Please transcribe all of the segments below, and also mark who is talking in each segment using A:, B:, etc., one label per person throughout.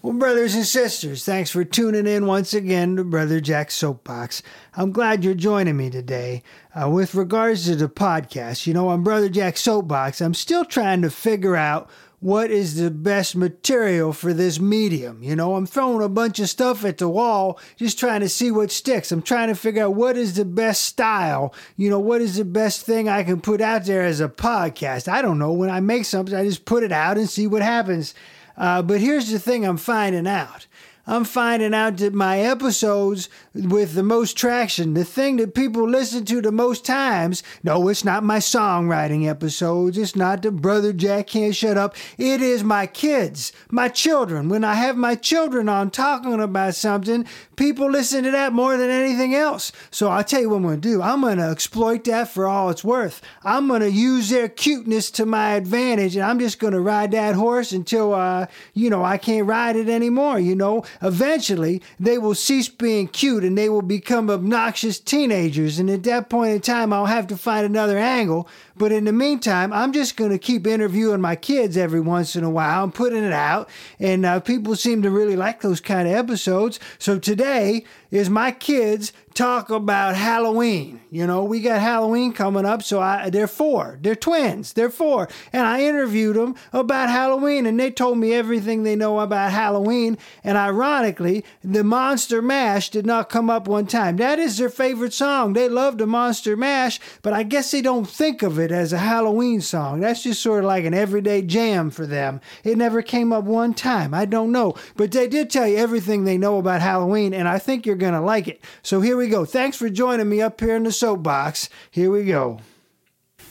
A: Well, brothers and sisters, thanks for tuning in once again to Brother Jack's Soapbox. I'm glad you're joining me today. Uh, with regards to the podcast, you know, on Brother Jack's Soapbox, I'm still trying to figure out what is the best material for this medium. You know, I'm throwing a bunch of stuff at the wall, just trying to see what sticks. I'm trying to figure out what is the best style. You know, what is the best thing I can put out there as a podcast. I don't know. When I make something, I just put it out and see what happens. Uh, but here's the thing I'm finding out. I'm finding out that my episodes with the most traction, the thing that people listen to the most times, no, it's not my songwriting episodes. It's not the Brother Jack Can't Shut Up. It is my kids, my children. When I have my children on talking about something, people listen to that more than anything else. So I'll tell you what I'm going to do. I'm going to exploit that for all it's worth. I'm going to use their cuteness to my advantage, and I'm just going to ride that horse until, uh, you know, I can't ride it anymore, you know eventually they will cease being cute and they will become obnoxious teenagers. And at that point in time, I'll have to find another angle. But in the meantime, I'm just going to keep interviewing my kids every once in a while and putting it out. And uh, people seem to really like those kind of episodes. So today is my kids talk about Halloween. You know, we got Halloween coming up, so I they're four. They're twins. They're four. And I interviewed them about Halloween and they told me everything they know about Halloween. And ironically, the Monster Mash did not come up one time. That is their favorite song. They love the Monster Mash, but I guess they don't think of it as a Halloween song. That's just sort of like an everyday jam for them. It never came up one time. I don't know. But they did tell you everything they know about Halloween, and I think you're going to like it. So here we we go. Thanks for joining me up here in the soapbox. Here we go.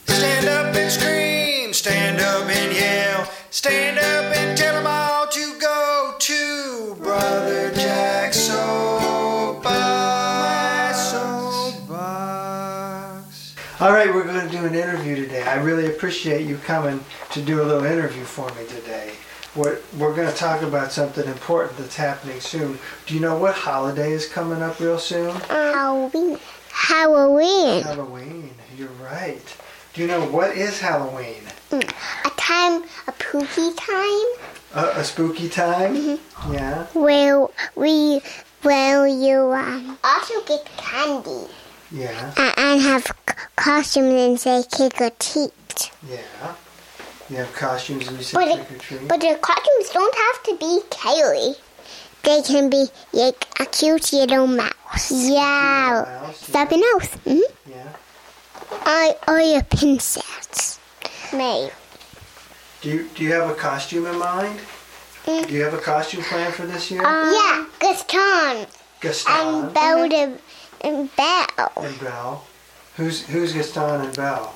B: Stand up and scream, stand up and yell, stand up and tell them all to go to Brother Jack's Soapbox.
A: All right, we're going to do an interview today. I really appreciate you coming to do a little interview for me today. We're, we're going to talk about something important that's happening soon. Do you know what holiday is coming up real soon?
C: Halloween. Halloween.
A: Halloween. You're right. Do you know what is Halloween?
C: A time, a pookie time
A: A, a spooky time?
C: Mm-hmm.
A: Yeah.
C: where we, where you um, also get candy
A: Yeah.
C: and, and have c- costumes and say trick or treat.
A: Yeah. You have costumes and you
C: But
A: say
C: it-
A: trick or treat.
C: But the costumes don't have to be Kaylee. They can be like a cute little mouse. Yeah,
A: Mouse,
C: stubby mouse. Mm-hmm.
A: Yeah.
C: I, or your princess. May.
A: Do you, do you have a costume in mind?
C: Mm.
A: Do you have a costume plan for this year?
C: yeah, Gaston
A: Gaston
C: and Um, Belle the, and Belle.
A: and Belle. Who's who's Gaston and Belle?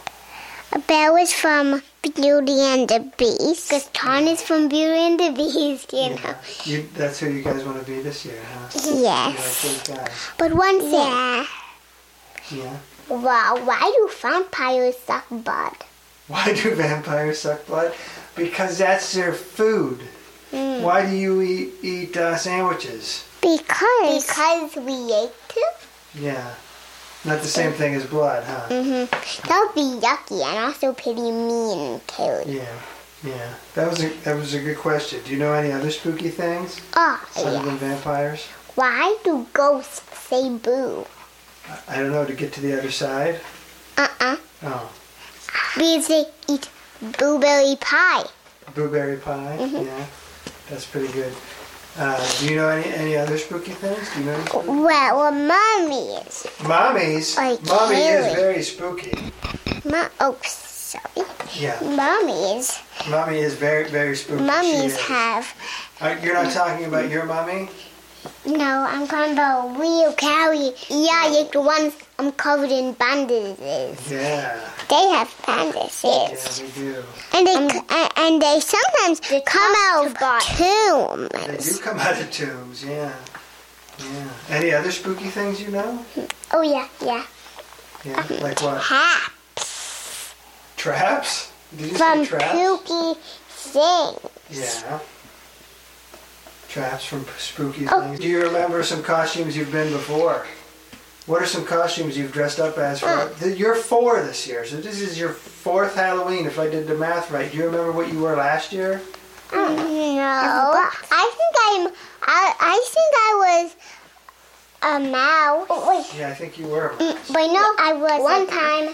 C: Belle is from Beauty and the Beast. Gaston is from Beauty and the Beast, you know.
A: You, that's who you guys want to be this year, huh? You like
C: Yes.
A: those guys?
C: But one thing.
A: Yeah.
C: Wow, why do vampires suck blood?
A: Why do vampires suck blood? Because that's their food.
C: Mm.
A: Why do you eat eat uh, sandwiches?
C: Because. Because we ate it?
A: Yeah. Not the same thing as blood, huh?
C: Mm-hmm. That would be yucky and also pretty mean, Kaylee.
A: Yeah. Yeah. That was a that was a good question. Do you know any other spooky things
C: Oh,
A: other
C: yeah.
A: than vampires?
C: Why do ghosts say boo?
A: I- I don't know to get to the other side.
C: Uh-uh.
A: Oh,
C: Because they eat blueberry pie.
A: blueberry pie. Yeah. That's pretty good. Uh, do you know any, any other spooky things? Do you know? any-
C: Well, well mommy is.
A: Mommy's.
C: Like
A: mommy is
C: Harry.
A: very spooky.
C: Mo- oh, sorry.
A: Yeah.
C: Mommies.
A: Mommy is very, very spooky. She
C: Mummies
A: is.
C: have.
A: Uh, you're not talking about your mommy?
C: No, I'm talking about real cowie. Yeah, like the ones I'm covered in bandages.
A: Yeah.
C: They have bandages.
A: Yeah, Um, we do.
C: And they c- and, and they sometimes come out of
A: They
C: tombs.
A: do come out of tombs. Yeah. Yeah. Any other spooky things you know?
C: Oh yeah, yeah.
A: Yeah.
C: Uh-huh.
A: Like what?
C: Hat
A: Traps? Did you say
C: from
A: traps?
C: Pookie Sing.
A: Yeah. Traps from p- spooky
C: Oh.
A: things. Do you remember some costumes you've been before? What are some costumes you've dressed up as for?
C: Hmm.
A: Th- You're four this year, so this is your fourth Halloween, Oh, if I did the math right. Do you remember what you were last year?
C: No, Mm, I think I time, I, I think I was a mouse. wait,
A: Yeah, I think Mm, you were.
C: wait, no, I was. One time,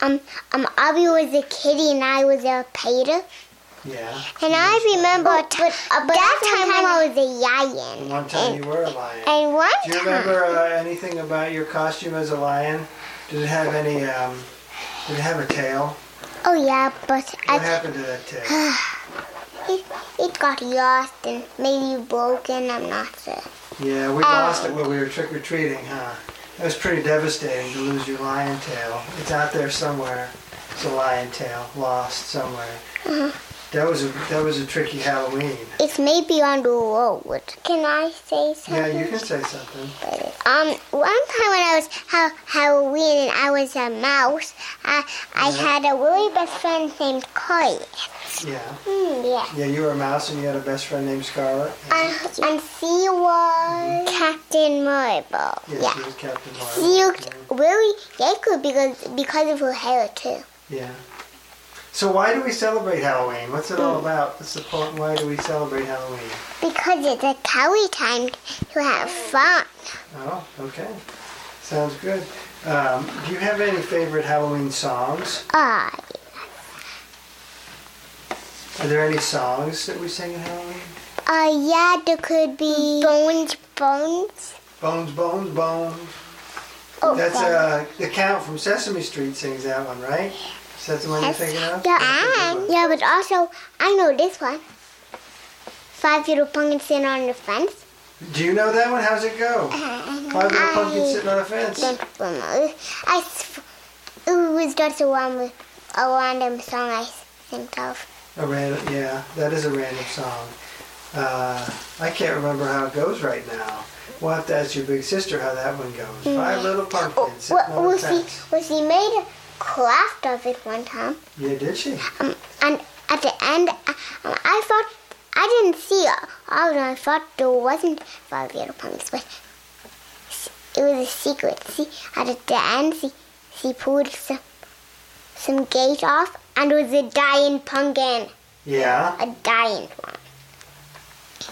C: um, um, Abby was a kitty and I was a pater.
A: Yeah.
C: And I
A: Mm.
C: remember
A: Oh,
C: a ti-
A: uh,
C: that time, I was a lion.
A: One time you were a lion.
C: And one
A: Do you
C: time,
A: remember uh, anything about your costume as a lion? Did it have any? Um, did it have a tail?
C: oh yeah, but
A: What
C: I,
A: happened to that tail?
C: it, it got lost and maybe broken. I'm not sure.
A: Yeah,
C: Uh,
A: we lost it when we were trick or treating, huh? It was pretty devastating to lose your lion tail. It's out there somewhere. It's a lion tail lost somewhere.
C: Mm-hmm.
A: That was a that was a tricky Halloween.
C: It's maybe on the road. Can I say something?
A: Yeah, you can say something.
C: Um, one time when I was ha- Halloween and I was a mouse, I,
A: Uh-huh.
C: I had a really best friend named Koi.
A: Yeah,
C: Hmm, yeah.
A: yeah, you were a mouse and you had a best friend named Scarlet.
C: Uh, and she was Captain Marvel.
A: Yeah,
C: Yeah.
A: she was Captain
C: She
A: Marvel.
C: looked really yakku because because of her hair too.
A: Yeah. So why do we celebrate Halloween? What's it all
C: Mm.
A: about? What's the point? Why do we celebrate Halloween?
C: Because it's a cowie time to have fun.
A: Oh, okay. Sounds good. Um, do you have any favorite Halloween songs?
C: Uh,
A: Are there any songs that we sing at Halloween?
C: uh, yeah, there could be bones, bones.
A: Bones, bones, bones.
C: Oh,
A: That's
C: bones.
A: uh, the count from Sesame Street sings that one, right? Is that the one you're thinking of?
C: Yeah,
A: That's a good one.
C: yeah, but also I know this one. Five little pumpkins sitting on the fence.
A: Do you know that one? How's it go?
C: Uh-huh.
A: Five little pumpkins sitting on a fence.
C: Don't remember. I s- it was just a random, a random song I think of.
A: A random, yeah, that is a random song. Uh, I can't remember how it goes right now. We'll have to ask your big sister how that one goes.
C: Mm.
A: Five little pumpkins sitting
C: Well,
A: on a
C: well, she,
A: fence.
C: well, she made a craft of it one time, um,
A: Yeah, did she?
C: and at the end, I, um, I thought I didn't see all of them. I thought there wasn't five little pumpkins, but it was a secret. See, at the end, she she pulled some some gate off, and it was a dying pumpkin,
A: Yeah.
C: a dying one.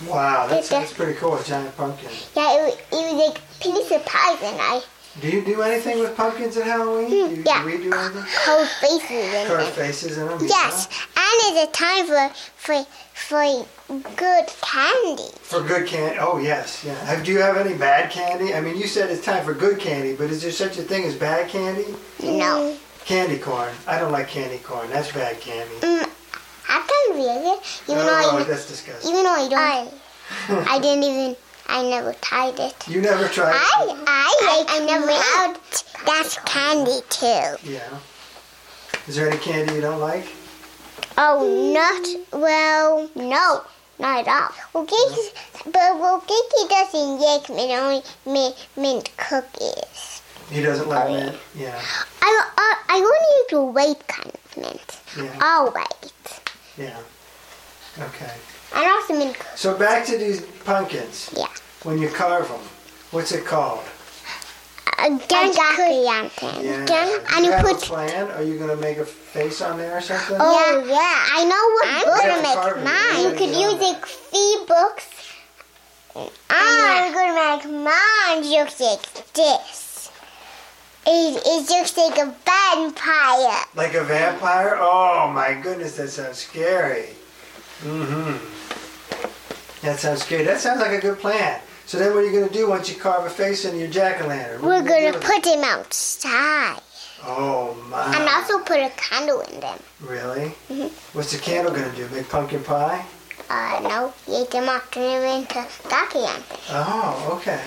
A: Wow, that
C: It's a-
A: sounds pretty cool, a giant pumpkin.
C: Yeah, it, wa- it was a pretty surprising. I
A: Do you do anything with pumpkins at Halloween? Do, you,
C: Hmm, yeah.
A: do we do anything?
C: whole faces in
A: Carve
C: it.
A: faces in them?
C: Yes, and it's a time for for for good candy.
A: For good candy. Oh, yes. Yeah. Have, do you have any bad candy? I mean, you said it's time for good candy, but is there such a thing as bad candy?
C: You know,
A: Mm. Candy corn. I don't like candy corn. That's bad candy.
C: I can read it. Even though
A: Oh,
C: I,
A: that's disgusting.
C: even though I don't, I, didn't even. I never tried it.
A: You never tried.
C: I I like I, never out. That's candy too.
A: Yeah. Is there any candy you don't like?
C: Oh, not well. No, not at all. Well, Kiki, but well, Kiki doesn't like mint only mint, mint cookies.
A: He doesn't like mint. Yeah.
C: I, I, I only eat the white kind of mint.
A: Yeah.
C: All white.
A: Yeah. Okay.
C: And also mint cookies.
A: So back to these pumpkins.
C: Yeah.
A: When you carve them, what's it called?
C: Again, cookie
A: Yeah.
C: uh, And
A: you
C: you
A: have a
C: put.
A: plan? Are you gonna make a face on there or something?
C: Oh, yeah. I know what I'm
A: gonna Yeah, make carving. mine.
C: You could use like three books. Oh, I'm gonna make mine looks like this. It, it looks like a vampire.
A: Like a vampire? Oh my goodness, that sounds scary. Mm-hmm. That sounds scary. That sounds like a good plan. So then, what are you gonna do once you carve a face in your jack o' lantern?
C: We're gonna put him outside.
A: Oh my.
C: And also put a candle in them.
A: Really?
C: Mm-hmm.
A: What's the candle gonna do? Make pumpkin pie?
C: Uh, no, you eat them up turn them into ducky anthers.
A: Oh, okay.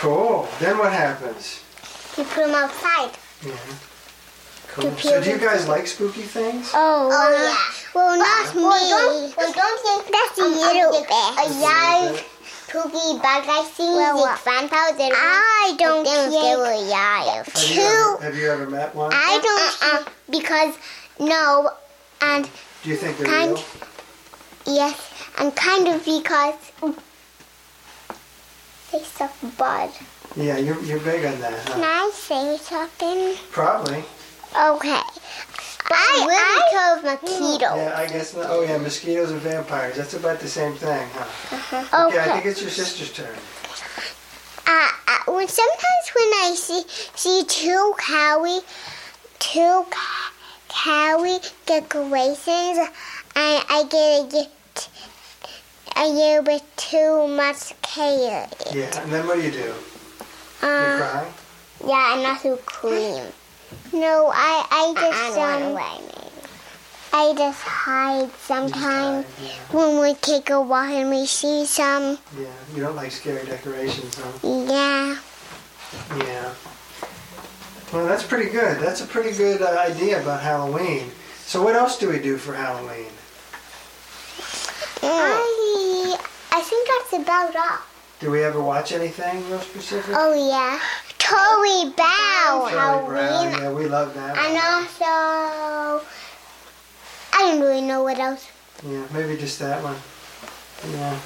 A: Cool. Then what happens?
C: You put them outside.
A: Yeah. Cool.
C: To
A: So do you
C: peel
A: guys like spooky things?
C: Oh, yeah. Well, not me. Well, don't, well, don't think that's a little bit. A live poogie bug I see well, like vampires. I don't think they were alive.
A: Have
C: Two,
A: you ever, have you ever met one?
C: I don't uh, because no, and
A: Do you think they're
C: Kind-
A: real?
C: yes, and kind of because they suck blood.
A: Yeah, you're, you're big on that, huh?
C: Can I say something?
A: Probably.
C: Okay. I, will become a keto.
A: Yeah, I guess not. Oh, yeah, mosquitoes and vampires. That's about the same thing, huh?
C: Oh,
A: Yeah, I think
C: Okay.
A: it's your sister's turn.
C: Uh, uh, when sometimes when I see see two cowie, two ca- cowie decorations, I I get a get a little bit too much chaos.
A: Yeah, and then what do you do? You
C: Um,
A: cry?
C: Yeah, and also cream. No, I I just um, I just hide
A: You just
C: sometimes
A: cry, Yeah.
C: when we take a walk and we see some.
A: Yeah, you don't like scary decorations, huh?
C: Yeah,
A: Yeah. Well, that's pretty good. That's a pretty good uh, idea about Halloween. So, what else do we do for Halloween? Oh.
C: I I think that's about all.
A: Do we ever watch anything real specific?
C: Oh yeah, Tory Bow
A: Charlie Brown.
C: Oh, Halloween,
A: Yeah, we love that.
C: and also I don't really know what else.
A: one. Yeah, maybe just that one. Yeah.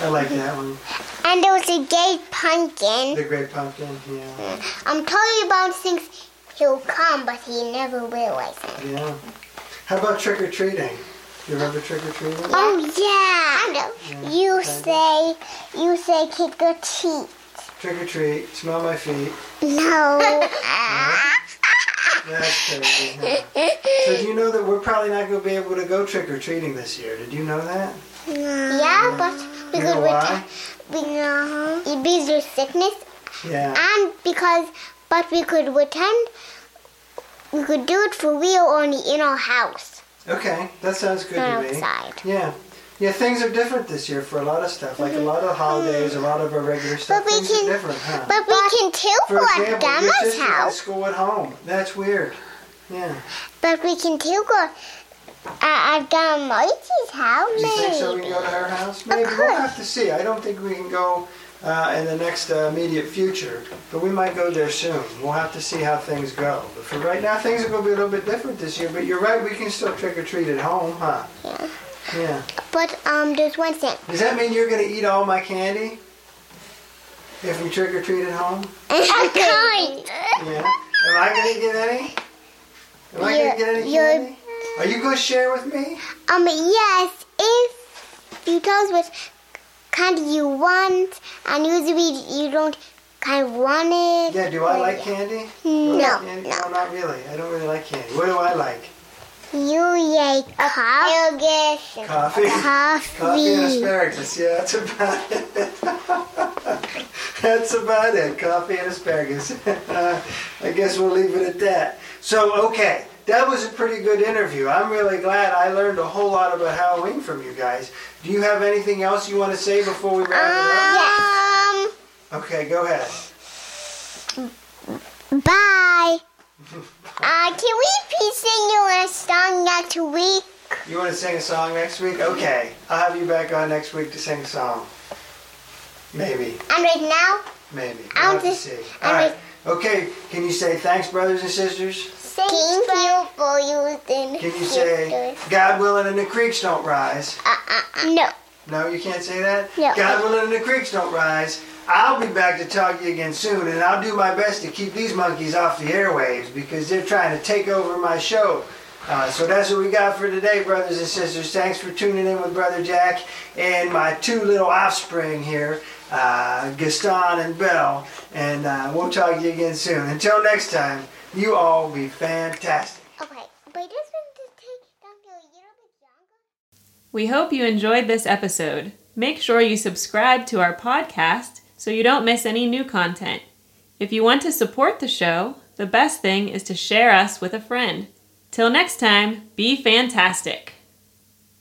A: I like that one.
C: And there was a gay pumpkin.
A: The Great Pumpkin. Yeah.
C: Um, Tory Bones thinks he'll come, but he never realizes.
A: Yeah. How about trick or treating? You remember trick or treating?
C: Oh yeah. You say you say kick the teeth.
A: Trick or treat. Smell my feet.
C: No.
A: That's crazy. huh? So do you know that we're probably not going to be able to go trick or treating this year? Did you know that?
C: yeah, but
A: You know why?
C: because we no. because of sickness
A: Yeah.
C: and because but we could return we could do it for real only in our house,
A: Okay, that sounds good to
C: not
A: me.
C: outside.
A: Yeah. Yeah, things are different this year for a lot of stuff. Like a lot of holidays, a lot of our regular stuff.
C: Mm-hmm. But we
A: Things
C: can-
A: are different, huh?
C: But we can too
A: For
C: for at
A: example, your
C: grandma's
A: sister has
C: house.
A: school at home. That's weird. Yeah.
C: But we can too go at, at grandma's house.
A: Do you think so? We can go to her house? Maybe we'll
C: course.
A: have to see. I don't think we can go uh, in the next uh, immediate future, but we might go there soon. We'll have to see how things go. But for right now, things are going to be a little bit different this year. But you're right, we can still trick or treat at home, huh?
C: Yeah.
A: Yeah.
C: But um, there's one thing.
A: Does that mean you're going to eat all my candy if we trick or treat at home?
C: A kind.
A: Yeah. Am I going to get any? Am I going
C: You're-
A: to get any
C: you're-
A: candy? Are you going to share with me?
C: Um, yes, if you tell us what kind you want, and usually you don't kind of want it.
A: Yeah. Do I like candy? Do I
C: No,
A: like candy?
C: no.
A: No, not really. I don't really like candy. What do I like?
C: You like coffee.
A: Coffee. Coffee and
C: Coffee.
A: asparagus. Yeah, that's about it. that's about it. Coffee and asparagus. I guess we'll leave it at that. So, okay, that was a pretty good interview. I'm really glad I learned a whole lot about Halloween from you guys. Do you have anything else you want to say before we wrap
C: Um,
A: it up? Okay, go ahead.
C: bye. Uh, can we please sing you a song next week?
A: You want to sing a song next week? Okay, I'll have you back on next week to sing a song. Maybe,
C: And right now,
A: maybe.
C: I'll
A: I'll have to
C: just-
A: see.
C: I'll
A: All right. Okay, can you say thanks, brothers and sisters?
C: thank you for using.
A: Can you say, God willing and the creeks don't rise?
C: Uh, uh, uh, no.
A: No, you can't say that?
C: No.
A: God willing and the creeks don't rise. I'll be back to talk to you again soon, and I'll do my best to keep these monkeys off the airwaves because they're trying to take over my show. Uh, so that's what we got for today, brothers and sisters. Thanks for tuning in with Brother Jack and my two little offspring here, uh, Gaston and Belle. And uh, we'll talk to you again soon. Until next time, you all be fantastic.
C: Okay, but this one just take down a little bit longer.
D: We hope you enjoyed this episode. Make sure you subscribe to our podcast so you don't miss any new content. If you want to support the show, the best thing is to share us with a friend. Till next time, be fantastic.